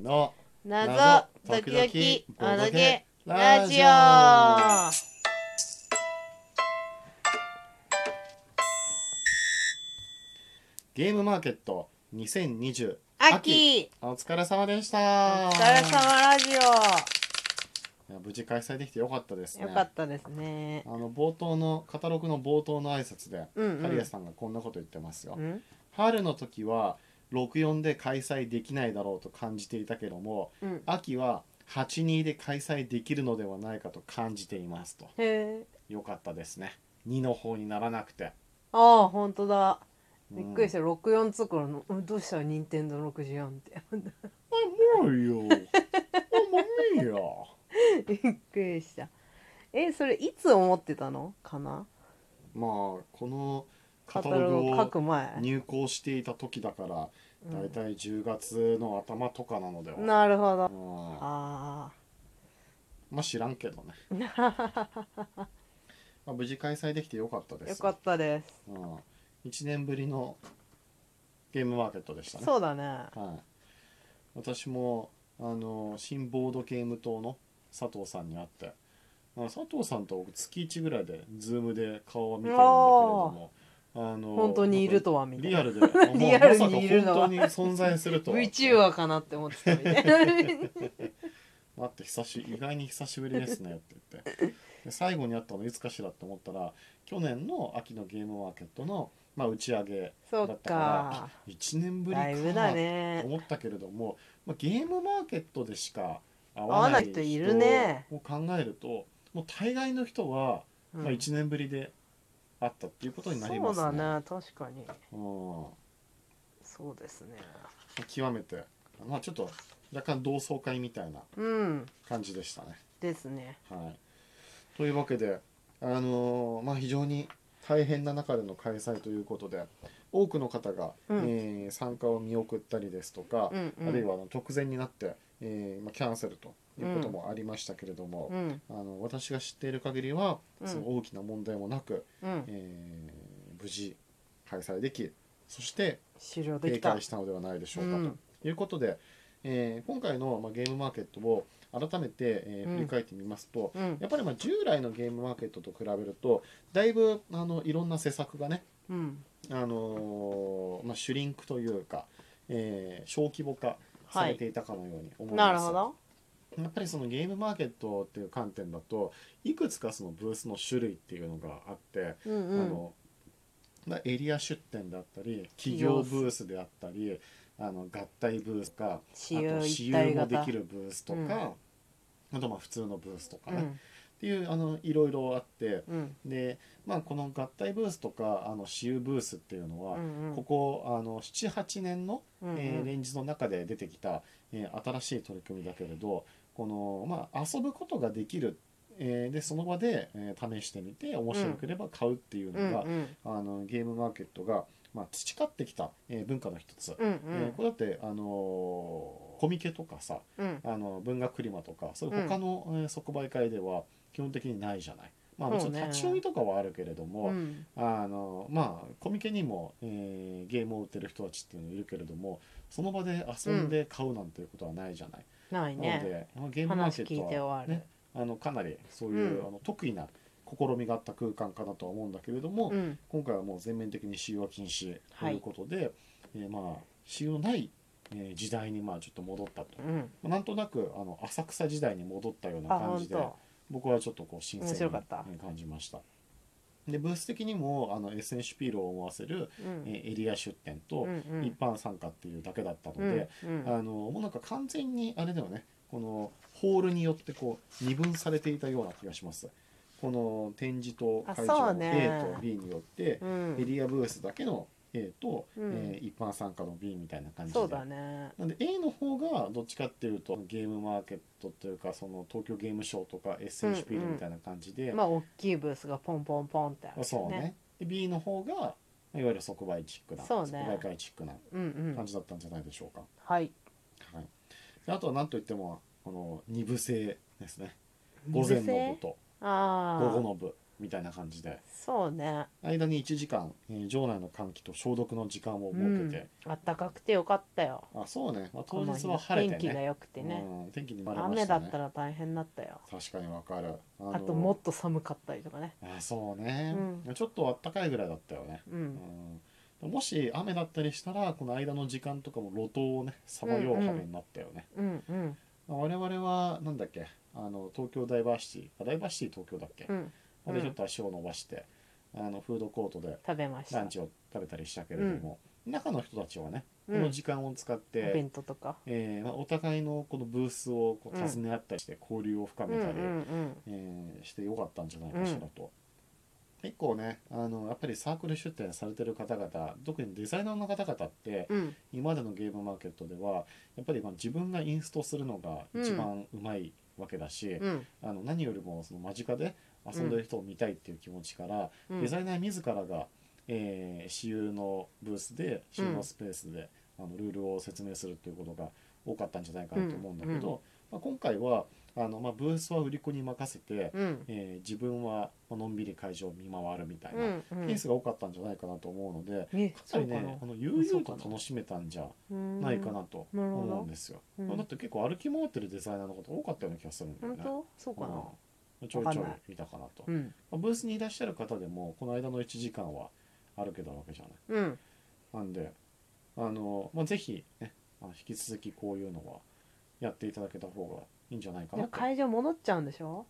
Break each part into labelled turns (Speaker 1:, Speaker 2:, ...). Speaker 1: の
Speaker 2: 謎時々おどけラジオ
Speaker 1: ゲームマーケット2020
Speaker 2: 秋
Speaker 1: お疲れ様でし
Speaker 2: お
Speaker 1: た
Speaker 2: 疲れ様ラジ
Speaker 1: いや無事開催できてよかったです
Speaker 2: オ
Speaker 1: ね
Speaker 2: よかったですね
Speaker 1: あの冒頭のカタログの冒頭の挨拶で
Speaker 2: うんう
Speaker 1: 狩谷
Speaker 2: ん
Speaker 1: さんがこんなこと言ってますよ、
Speaker 2: うん
Speaker 1: 春の時は64で開催できないだろうと感じていたけども
Speaker 2: うん
Speaker 1: 秋は82で開催できるのではないかと感じていますと
Speaker 2: へえ
Speaker 1: よかったですね2の方にならなくて
Speaker 2: ああほんとだびっくりし
Speaker 1: る、
Speaker 2: た64つからのうんどうしたら任天堂64って
Speaker 1: うん、あもうよあもういいよ
Speaker 2: びっくりしたえそれいつ思ってたのかな
Speaker 1: まあこのカ
Speaker 2: カ
Speaker 1: タ
Speaker 2: タ
Speaker 1: ロ
Speaker 2: ロ
Speaker 1: グ
Speaker 2: グを書
Speaker 1: を
Speaker 2: く前
Speaker 1: 入稿していた時だから
Speaker 2: うん
Speaker 1: だいたい10月の頭とかなのでは、
Speaker 2: なるほど
Speaker 1: うん
Speaker 2: あ
Speaker 1: まあ知らんけどね、 まあ、無事開催できてよかったで
Speaker 2: あ
Speaker 1: す
Speaker 2: よかったです
Speaker 1: うん、1年ぶりのゲームマーケットでしたね
Speaker 2: そうだね
Speaker 1: はい、私もあの新ボードゲーム党の佐藤さんに会って、まあ、佐藤さんと僕月1ぐらいでズームで顔は見てるんだけれどもあの
Speaker 2: 本当にいるとはみたい
Speaker 1: リ
Speaker 2: な
Speaker 1: アルでもう
Speaker 2: リアル
Speaker 1: まさか
Speaker 2: にいるのは
Speaker 1: 本当に存在する とは
Speaker 2: VTuber かなって思ってたみたい な
Speaker 1: 待って久し意外に久しぶりですねって言ってで最後に会ったのいつかしらって思ったら去年の秋のゲームマーケットの、まあ、打ち上げ
Speaker 2: そ
Speaker 1: だっ
Speaker 2: った
Speaker 1: から
Speaker 2: か
Speaker 1: 1年ぶりか
Speaker 2: だいぶだね
Speaker 1: 思ったけれども、まあ、ゲームマーケットでしか会
Speaker 2: わない人いるね
Speaker 1: を考えるともう大概の人は、
Speaker 2: うん
Speaker 1: まあ、1年ぶりで会ったっていうことになり
Speaker 2: そ
Speaker 1: ま
Speaker 2: う
Speaker 1: すね。
Speaker 2: だね確かに
Speaker 1: うん
Speaker 2: そうですね
Speaker 1: 極めて、まあ、ちょっと若干同窓会みたいな
Speaker 2: うん
Speaker 1: 感じでしたね。
Speaker 2: ですね
Speaker 1: はい、というわけで、あのーまあ、非常に大変な中での開催ということで多くの方が、
Speaker 2: うん
Speaker 1: えー参加を見送ったりですとか、
Speaker 2: うんうん
Speaker 1: あるいはあの直前になって、えーまあ、キャンセルということもありましたけれども
Speaker 2: う、ん
Speaker 1: あの私が知っている限りは、
Speaker 2: うん
Speaker 1: その大きな問題もなく、
Speaker 2: うん
Speaker 1: えー無事開催できそして
Speaker 2: 終了で
Speaker 1: 閉
Speaker 2: きた
Speaker 1: 会したのではないでしょうか、
Speaker 2: うん
Speaker 1: ということで、えー今回の、まあ、ゲームマーケットを改めて、えー
Speaker 2: うん
Speaker 1: 振り返ってみますと、
Speaker 2: うん
Speaker 1: やっぱりまあ従来のゲームマーケットと比べるとだいぶあのいろんな施策がね
Speaker 2: うん
Speaker 1: あのーまあ、シュリンクというか、えー小規模化されていたかのように思い
Speaker 2: な
Speaker 1: ま
Speaker 2: る
Speaker 1: す、
Speaker 2: ほど
Speaker 1: やっぱりそのゲームマーケットっていう観点だといくつかそのブースの種類っていうのがあって、
Speaker 2: うん
Speaker 1: あ
Speaker 2: うん
Speaker 1: のまあエリア出店であったり企業ブースであったりあの合体ブースかあと
Speaker 2: 私有
Speaker 1: 私
Speaker 2: 一
Speaker 1: 有
Speaker 2: 体
Speaker 1: も
Speaker 2: 型
Speaker 1: できるブースとか、あとまあ普通のブースとか
Speaker 2: う
Speaker 1: ね、っ
Speaker 2: ん
Speaker 1: ていうあのいろいろあって
Speaker 2: うん
Speaker 1: で、まあ、この合体ブースとかあの私有ブースっていうのは、
Speaker 2: うん
Speaker 1: ここあの78年の、
Speaker 2: うん
Speaker 1: えー
Speaker 2: うん
Speaker 1: レンジの中で出てきた、えー新しい取り組みだけれどこの、まあ、遊ぶことができる、えーでその場で、えー試してみて面白ければ買うっていう
Speaker 2: うん
Speaker 1: のが、
Speaker 2: うん
Speaker 1: あのゲームマーケットが、まあ、培ってきた、えー文化の一つ。
Speaker 2: うん
Speaker 1: えーこれだって、あのーコミケとかさ
Speaker 2: うん
Speaker 1: あの文学クリマとかそういう他の、えー即売会では基本的にないじゃない。まあ、もちろん
Speaker 2: そうね
Speaker 1: 立ち読みとかはあるけれども、
Speaker 2: うん
Speaker 1: あのまあコミケにも、えーゲームを売ってる人たちっていうのいるけれどもその場で遊んで買うなんていうことはないじゃない、
Speaker 2: ない
Speaker 1: なの
Speaker 2: ね
Speaker 1: であのゲームマーケ
Speaker 2: 話聞い
Speaker 1: ッ
Speaker 2: て終
Speaker 1: ト
Speaker 2: わ
Speaker 1: は、
Speaker 2: る
Speaker 1: ね、あのかなりそういう、
Speaker 2: うん
Speaker 1: あの得意な試みがあった空間かなとは思うんだけれども、
Speaker 2: うん
Speaker 1: 今回はもう全面的に使用は禁止ということで、えーまあ使用ない、えー時代にまあちょっと戻ったと、
Speaker 2: うん
Speaker 1: まあなんとなくあの浅草時代に戻ったような
Speaker 2: あ
Speaker 1: 感
Speaker 2: 本
Speaker 1: じで。
Speaker 2: 当
Speaker 1: 僕はちょっとこう新鮮
Speaker 2: 面
Speaker 1: に
Speaker 2: 白かった
Speaker 1: えー感じましたでブース的にもあのエッセンシュピールを思わせる、
Speaker 2: う
Speaker 1: え
Speaker 2: ん
Speaker 1: ーエリア出店
Speaker 2: う
Speaker 1: と
Speaker 2: んうん
Speaker 1: 一般参加っていうだけだったの
Speaker 2: うん
Speaker 1: で、
Speaker 2: うん
Speaker 1: あのもうなんか完全にあれだよねこのホールによってこう二分されていたような気がしますこの展示と
Speaker 2: あ
Speaker 1: 会
Speaker 2: そ
Speaker 1: 場の
Speaker 2: うね
Speaker 1: A と B によって
Speaker 2: う
Speaker 1: エ
Speaker 2: ん
Speaker 1: リアブースだけの A と、
Speaker 2: うん
Speaker 1: えー一般参加の B みたいな感じで
Speaker 2: そうだね
Speaker 1: なんで A の方がどっちかっていうとゲームマーケットというかその東京ゲームショウとか SH ピールみたいな感じで、
Speaker 2: まあ大きいブースがポンポンポンってあるよ
Speaker 1: そうねで B の方がまあいわゆる即売チックな、
Speaker 2: そうね
Speaker 1: 即売会チックな
Speaker 2: うんう
Speaker 1: 感
Speaker 2: ん
Speaker 1: じだったんじゃないでしょうか、
Speaker 2: はい
Speaker 1: はい、であとは何といってもこの二部制ですね午前の部と
Speaker 2: ああ
Speaker 1: 午後の部みたいな感じで
Speaker 2: そうね
Speaker 1: 間に1時間、えー場内の換気と消毒の時間を
Speaker 2: う
Speaker 1: 設
Speaker 2: ん
Speaker 1: けて、
Speaker 2: あったかくてよかったよ
Speaker 1: あそうね、まあ、当
Speaker 2: この
Speaker 1: 日
Speaker 2: 日
Speaker 1: は晴れてね
Speaker 2: 天気が良くてね、
Speaker 1: うん、天気にまれま
Speaker 2: 雨
Speaker 1: し
Speaker 2: だ
Speaker 1: た
Speaker 2: っ
Speaker 1: ね
Speaker 2: たら大変だったよ
Speaker 1: 確かにわかるあの
Speaker 2: あともっと寒かったりとかね
Speaker 1: あそうね、ちょっと暖かいぐらいだったよね、
Speaker 2: う
Speaker 1: うんんもし雨だったりしたらこの間の時間とかも路頭をねさまよう羽目になったよね、
Speaker 2: うんうん
Speaker 1: まあ我々はなんだっけあの東京ダイバーシティあダイバーシティ東京だっけ、
Speaker 2: うん
Speaker 1: まあでちょっと足を伸ばしてあのフードコートで
Speaker 2: 食べまし
Speaker 1: ラ
Speaker 2: た
Speaker 1: ンチを食べたりしたけれども、中の人たちはねこ
Speaker 2: うん
Speaker 1: の時間を使っ
Speaker 2: お
Speaker 1: て、
Speaker 2: 弁当とか
Speaker 1: えーまあ、お互いのこのブースをこう
Speaker 2: うん
Speaker 1: 訪ね合ったりして交流を深
Speaker 2: うんう
Speaker 1: め
Speaker 2: ん
Speaker 1: たり、
Speaker 2: うん
Speaker 1: えーしてよかったんじゃないかしらと、結構ねあのやっぱりサークル出展されてる方々特にデザイナーの方々って
Speaker 2: うん
Speaker 1: 今までのゲームマーケットではやっぱりまあ自分がインストするのが一番うまいわけだし、
Speaker 2: うん
Speaker 1: あの何よりもその間近で遊んでる人を見たいっていう気持ちから、
Speaker 2: うん
Speaker 1: デザイナー自らが、えー、私有のブースで私有のスペースで、あのルールを説明するっていうことが多かったんじゃないかなと思うんだけど、
Speaker 2: うんう
Speaker 1: まあ、今回はあの、まあ、ブースは売り子に任せて、
Speaker 2: うん
Speaker 1: えー自分はまあのんびり会場を見回るみたいな
Speaker 2: うんうん
Speaker 1: ケースが多かったんじゃないかなと思うので、
Speaker 2: ね
Speaker 1: かな
Speaker 2: そう
Speaker 1: り
Speaker 2: か
Speaker 1: ね
Speaker 2: な
Speaker 1: あの悠々と楽しめたんじゃないかなと
Speaker 2: うんなるほど
Speaker 1: 思うんですよ。
Speaker 2: うん
Speaker 1: だって結構歩き回ってるデザイナーの方多かったような気がするんだよ
Speaker 2: 本
Speaker 1: ね。
Speaker 2: 当そうかな
Speaker 1: うんちょいちょ
Speaker 2: わかん
Speaker 1: い
Speaker 2: ない
Speaker 1: 見たかなと、
Speaker 2: うん
Speaker 1: まあブースにいらっしゃる方でもこの間の1時間は歩けたわけじゃない
Speaker 2: うん
Speaker 1: なんであの、まあ、ぜひ、ね、あの引き続きこういうのはやっていただけた方がいいんじゃないか
Speaker 2: い
Speaker 1: な
Speaker 2: や
Speaker 1: と、
Speaker 2: 会場戻っちゃうんでしょ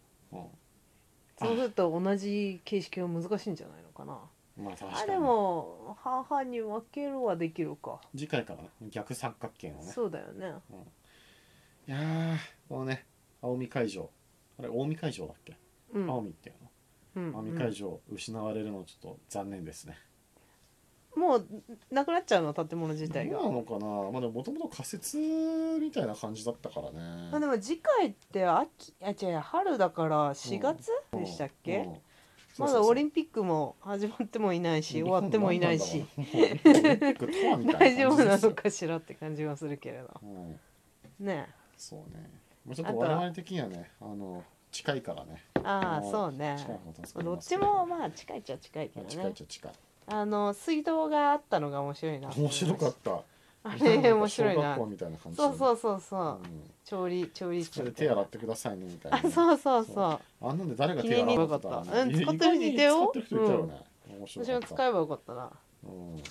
Speaker 2: そうすると同じ形式は難しいんじゃないのかな
Speaker 1: うん、まあ確か
Speaker 2: あ
Speaker 1: に
Speaker 2: でも半々に分けるはできるか
Speaker 1: 次回からね逆三角形のね
Speaker 2: そうだよね
Speaker 1: いやーこのね青海会場あれ青海会場だっけ、
Speaker 2: うん
Speaker 1: 青海っていう
Speaker 2: うん
Speaker 1: の青海会場失われるのちょっと残念ですね、
Speaker 2: もうなくなっちゃうの建物自体
Speaker 1: ど
Speaker 2: が
Speaker 1: うなのかなまあでももともと仮設みたいな感じだったからね
Speaker 2: まあでも次回って秋あ違う春だから4月でしたっ
Speaker 1: う
Speaker 2: け
Speaker 1: ん
Speaker 2: まだオリ
Speaker 1: ン
Speaker 2: ンピックも始まってもいないし
Speaker 1: 日
Speaker 2: 終
Speaker 1: 本
Speaker 2: わってもいないし
Speaker 1: なんなんだろうもうオリンピックとはみたい
Speaker 2: 大丈
Speaker 1: な感じで
Speaker 2: 夫な
Speaker 1: すよ
Speaker 2: のかしらって感じはするけれど
Speaker 1: うん
Speaker 2: ね
Speaker 1: そうねもうちょっと
Speaker 2: あとは
Speaker 1: 我々的にはねあの近いからね
Speaker 2: えああ
Speaker 1: もう
Speaker 2: そうね
Speaker 1: 近いほど助かり
Speaker 2: ど
Speaker 1: ま
Speaker 2: っ
Speaker 1: すけ
Speaker 2: ち
Speaker 1: ど
Speaker 2: もまあ近いっちゃ近い
Speaker 1: ま
Speaker 2: け
Speaker 1: あ
Speaker 2: ど
Speaker 1: 近いっ
Speaker 2: ね
Speaker 1: ちゃ近い
Speaker 2: あの水道があったのが面白いな
Speaker 1: 面白かったた
Speaker 2: あ
Speaker 1: なん
Speaker 2: れ
Speaker 1: か
Speaker 2: 面白い
Speaker 1: 小学
Speaker 2: な
Speaker 1: 校みたいな感じ
Speaker 2: そう
Speaker 1: う
Speaker 2: そうそうそう、
Speaker 1: ん
Speaker 2: 調理調理
Speaker 1: そ
Speaker 2: 室
Speaker 1: れ
Speaker 2: み
Speaker 1: で
Speaker 2: た
Speaker 1: 手
Speaker 2: いな
Speaker 1: 洗ってくださいねみたいな
Speaker 2: あそうそうそう
Speaker 1: あんなんで誰が手洗う
Speaker 2: 記念に良かったうん使ってる人いたよ
Speaker 1: 使ってる人いたよね面白
Speaker 2: 私
Speaker 1: か
Speaker 2: も
Speaker 1: った
Speaker 2: 使えばよかったな
Speaker 1: うん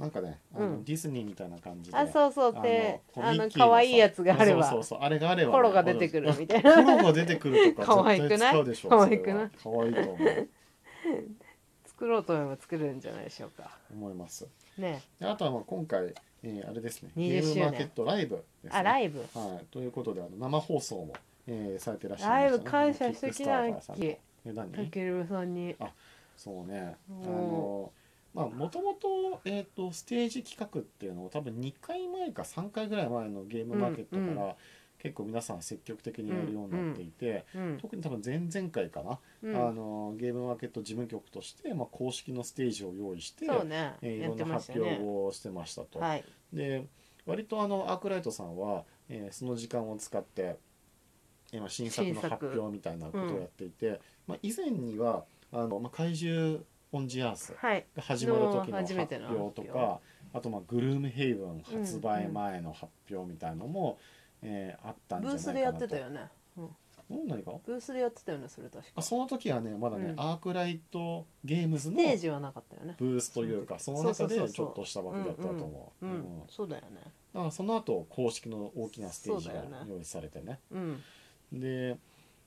Speaker 1: なんかねあの、
Speaker 2: うん
Speaker 1: ディズニーみたいな感じで
Speaker 2: あそうそうで
Speaker 1: こう
Speaker 2: あ
Speaker 1: ミ
Speaker 2: の
Speaker 1: ッキーさ
Speaker 2: 可愛いやつがあれば
Speaker 1: そうそうそうあれがあれば
Speaker 2: コロが出てくるみたい
Speaker 1: コロ
Speaker 2: な
Speaker 1: が出てくると
Speaker 2: 可
Speaker 1: か
Speaker 2: 愛くない
Speaker 1: 絶対使うでしょ
Speaker 2: 可愛くない
Speaker 1: それは可愛いと思う
Speaker 2: 作ろうと思えば作れるんじゃないでしょうか
Speaker 1: 思います
Speaker 2: ね
Speaker 1: であとはまあ今回、えーあれですねゲ
Speaker 2: 20
Speaker 1: ームマーケットライブです、ね、
Speaker 2: あライブ
Speaker 1: はい、ということであの生放送も、えーされてらっしゃ
Speaker 2: ラ
Speaker 1: い
Speaker 2: イ
Speaker 1: ましたね
Speaker 2: ブ感謝しときな
Speaker 1: キッ
Speaker 2: ア
Speaker 1: ク
Speaker 2: ッ
Speaker 1: スターターさん
Speaker 2: キー
Speaker 1: え
Speaker 2: た
Speaker 1: 何
Speaker 2: けるさんに
Speaker 1: そうねあ
Speaker 2: うん
Speaker 1: のまあもともと,、えー、とステージ企画っていうのを多分2回前か3回ぐらい前のゲームマーケットから、
Speaker 2: うんう
Speaker 1: 結構皆さん積極的にやるようになっていて、
Speaker 2: うん
Speaker 1: 特に多分前々回かな、
Speaker 2: うん
Speaker 1: あのゲームマーケット事務局として、まあ、公式のステージを用意して、
Speaker 2: そうね
Speaker 1: えーい
Speaker 2: やっ
Speaker 1: ろん
Speaker 2: て
Speaker 1: な
Speaker 2: まし
Speaker 1: 発
Speaker 2: たね
Speaker 1: 表をしてましたと。
Speaker 2: はい
Speaker 1: で割とあのアークライトさんは、えーその時間を使って今新作の
Speaker 2: 新作
Speaker 1: 発表みたいなことをやっていて、まあ、以前にはあの、まあ、怪獣オンジアース
Speaker 2: はい
Speaker 1: が始まる時の
Speaker 2: 初め
Speaker 1: 発
Speaker 2: ての
Speaker 1: 表と
Speaker 2: 発
Speaker 1: かあと、まあ、グルームヘイブン発売前の発表みたいのも、えーあったん
Speaker 2: ブ
Speaker 1: じゃないかな
Speaker 2: ー
Speaker 1: と
Speaker 2: スでやってたよねうん
Speaker 1: うん何が
Speaker 2: ブースでやってたよねそれ確か
Speaker 1: あその時はねまだね、
Speaker 2: うん
Speaker 1: アークライトゲームズ
Speaker 2: ス
Speaker 1: の
Speaker 2: テージはなかったよね
Speaker 1: ブースというかその
Speaker 2: そ
Speaker 1: 中
Speaker 2: うそう
Speaker 1: で
Speaker 2: そうそう
Speaker 1: ちょっとした枠だったと思う
Speaker 2: う
Speaker 1: うん
Speaker 2: んそうだよね
Speaker 1: だからその後公式の大きなステージが
Speaker 2: そうだよね
Speaker 1: 用意されてね
Speaker 2: うん
Speaker 1: で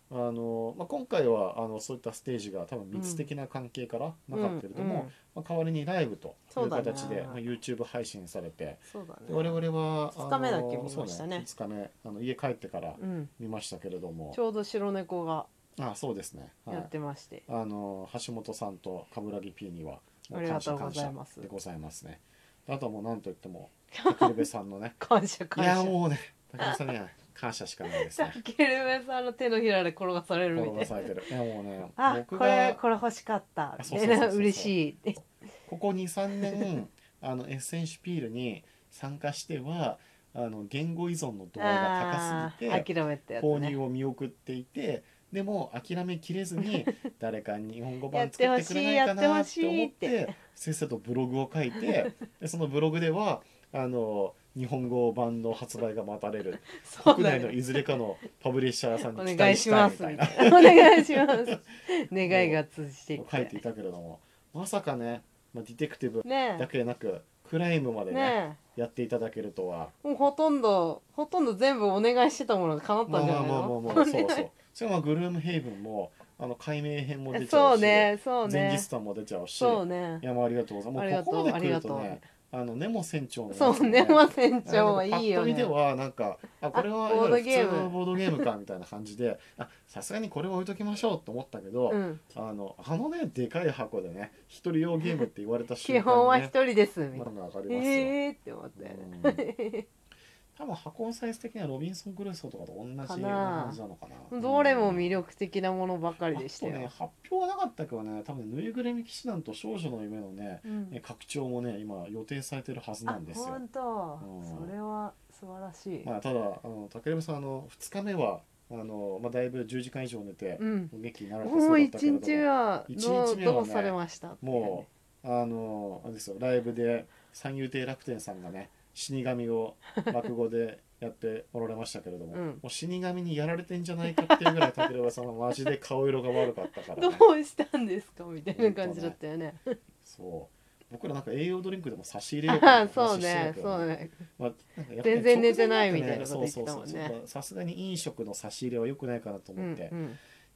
Speaker 1: あの、まあ、今回はあのそういったステージが多分密的な関係からなかったけれども、
Speaker 2: うんうん
Speaker 1: まあ、代わりにライブとい
Speaker 2: そう
Speaker 1: う
Speaker 2: だね
Speaker 1: 形で、まあ、YouTube 配信されて
Speaker 2: そうだね
Speaker 1: で我々は
Speaker 2: 二日目だっけ
Speaker 1: あの
Speaker 2: 見まし
Speaker 1: そ
Speaker 2: たね
Speaker 1: うね2日目あの家帰ってから
Speaker 2: うん
Speaker 1: 見ましたけれども
Speaker 2: ち、ょうど白猫が
Speaker 1: あそうですね、は
Speaker 2: や
Speaker 1: い
Speaker 2: っ、てまして
Speaker 1: あの橋本さんと冠城 P にはも
Speaker 2: あ
Speaker 1: う
Speaker 2: り
Speaker 1: 感
Speaker 2: が
Speaker 1: 謝
Speaker 2: とうご
Speaker 1: 感
Speaker 2: ざい
Speaker 1: 謝
Speaker 2: ます
Speaker 1: でございますねあとはもう何と言っても竹部さん のね
Speaker 2: 感謝
Speaker 1: い
Speaker 2: 感
Speaker 1: や
Speaker 2: 謝
Speaker 1: もうね竹部さんには感謝しかないです
Speaker 2: た
Speaker 1: ね
Speaker 2: けるめさんの手のひらで転がされるみ
Speaker 1: 転
Speaker 2: た
Speaker 1: が
Speaker 2: い
Speaker 1: さ
Speaker 2: な
Speaker 1: れてるいやもうね
Speaker 2: あ
Speaker 1: 僕
Speaker 2: これ
Speaker 1: が
Speaker 2: これ欲しかった
Speaker 1: あ
Speaker 2: み
Speaker 1: そうそ
Speaker 2: た
Speaker 1: うそ
Speaker 2: い
Speaker 1: うそう
Speaker 2: な嬉しいって
Speaker 1: ここ23年 あのエッセンシュピールに参加してはあの言語依存の度合いが高すぎ
Speaker 2: あ
Speaker 1: て
Speaker 2: ー諦めたやつ
Speaker 1: 購入
Speaker 2: ね
Speaker 1: を見送っていてでも諦めきれず に誰か日本語
Speaker 2: やっ
Speaker 1: 版作
Speaker 2: てほ
Speaker 1: って
Speaker 2: し
Speaker 1: く
Speaker 2: い
Speaker 1: れないかなって思
Speaker 2: や
Speaker 1: っ
Speaker 2: ってほしいって
Speaker 1: せっせとブログを書い てでそのブログではあの日本語版の発売が待たれる
Speaker 2: そう
Speaker 1: 国
Speaker 2: だ
Speaker 1: 内の
Speaker 2: ね
Speaker 1: いずれかのパブリッシャーさん
Speaker 2: お
Speaker 1: に期
Speaker 2: 願い
Speaker 1: 待
Speaker 2: し
Speaker 1: したい
Speaker 2: ま
Speaker 1: み
Speaker 2: す
Speaker 1: たい
Speaker 2: み
Speaker 1: な
Speaker 2: たいなお願いし ます願いが通じてい
Speaker 1: 書いていたけれどもまさかね、まあ、ディテクティブ
Speaker 2: ね
Speaker 1: だけでなくクライムま
Speaker 2: え
Speaker 1: でね
Speaker 2: ね
Speaker 1: やっていただけるとは
Speaker 2: えもうほとんどほとんど全部お願いしてたものが叶った
Speaker 1: まあ
Speaker 2: んじゃ
Speaker 1: まあ
Speaker 2: ない
Speaker 1: まあ
Speaker 2: の
Speaker 1: まあまあそうそうそれはまあグルームヘイブンもあの解明編も出ちゃ
Speaker 2: そうう
Speaker 1: し
Speaker 2: ねそう
Speaker 1: 前
Speaker 2: ね
Speaker 1: 日談も出ちゃうし
Speaker 2: そうね
Speaker 1: いやもうありがとうございます
Speaker 2: あり
Speaker 1: もう
Speaker 2: が
Speaker 1: ことこ
Speaker 2: う
Speaker 1: ま
Speaker 2: あ
Speaker 1: で
Speaker 2: り
Speaker 1: 来
Speaker 2: が
Speaker 1: ると
Speaker 2: と
Speaker 1: ね
Speaker 2: う
Speaker 1: あのネモ船長のやつ
Speaker 2: そうねまあ船長はいいよ
Speaker 1: パッと見て
Speaker 2: ね
Speaker 1: はなんかあこれは
Speaker 2: あボード
Speaker 1: 普
Speaker 2: ゲー
Speaker 1: 通
Speaker 2: ム
Speaker 1: のボードゲームかみたいな感じであさすがにこれは置いときましょうと思ったけど、
Speaker 2: うん
Speaker 1: あのあのねでかい箱でね一人用ゲームって言われた瞬
Speaker 2: 基
Speaker 1: 間
Speaker 2: 本は
Speaker 1: に、
Speaker 2: 一
Speaker 1: ね、
Speaker 2: 人ですみたい
Speaker 1: マ
Speaker 2: な
Speaker 1: ナー上がりますよ、
Speaker 2: ええー、って思ったよね
Speaker 1: うん多分箱のサイズ的にはロビンソン・クルーソーとかと同じ
Speaker 2: かな
Speaker 1: 感じなのかな
Speaker 2: どれも魅力的なものばかりでした
Speaker 1: あとね
Speaker 2: よ。
Speaker 1: 発表はなかったけどね多分ぬいぐるみ騎士団と少女の夢のね
Speaker 2: うん
Speaker 1: ね拡張もね今予定されてるはずな
Speaker 2: あ
Speaker 1: ん、ですよ
Speaker 2: 本当
Speaker 1: うん。
Speaker 2: それは素晴らしい。
Speaker 1: まあただあの竹山さんあの2日目はあの、まあ、だいぶ10時間以上寝て
Speaker 2: うん。
Speaker 1: お元気になられた
Speaker 2: も
Speaker 1: そう
Speaker 2: う
Speaker 1: だった
Speaker 2: 一
Speaker 1: けれど
Speaker 2: 日
Speaker 1: も
Speaker 2: は
Speaker 1: 一日目は
Speaker 2: どう
Speaker 1: ね
Speaker 2: どうされました。
Speaker 1: もうあのあれですよライブで三遊亭楽天さんがね死神を落語でやっておられましたけれども,、
Speaker 2: うん
Speaker 1: もう死神にやられてんじゃないかっていうぐらい竹山さんはマジで顔色が悪かったから、
Speaker 2: ど
Speaker 1: ね、
Speaker 2: うしたんですかみたいな感じだったよね。
Speaker 1: そう僕らなんか栄養ドリンクでも差し入れようか
Speaker 2: あ
Speaker 1: なって
Speaker 2: そう
Speaker 1: 話して
Speaker 2: ね
Speaker 1: たけど
Speaker 2: そうね。
Speaker 1: まあなんかやっぱり
Speaker 2: 全然寝てないみたいなこと
Speaker 1: 直前
Speaker 2: 言ってたも
Speaker 1: だとそうそ
Speaker 2: んね
Speaker 1: うそうまあさすがに飲食の差し入れは良くないかなと
Speaker 2: う
Speaker 1: 思っ
Speaker 2: ん
Speaker 1: て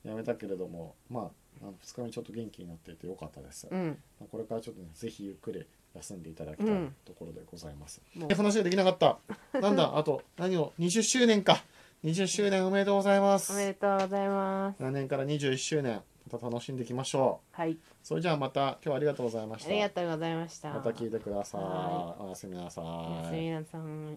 Speaker 1: やめたけれども、まああの2日目ちょっと元気になっていてよかったです、
Speaker 2: うんうん。
Speaker 1: まあこれからちょっとねぜひゆっくり休んでいただきたい
Speaker 2: うん
Speaker 1: ところでございます、
Speaker 2: もう
Speaker 1: で話ができなかったなんだあと何を20周年か20周年おめでとうございます
Speaker 2: おめでとうございます。
Speaker 1: 来年から21周年また楽しんでいきましょ
Speaker 2: はい。
Speaker 1: うそれじゃあまた今日はありがとうございまし
Speaker 2: ありが
Speaker 1: た
Speaker 2: とうございました。
Speaker 1: また聞いてください
Speaker 2: は
Speaker 1: おやすみなさ
Speaker 2: おやすみなさい。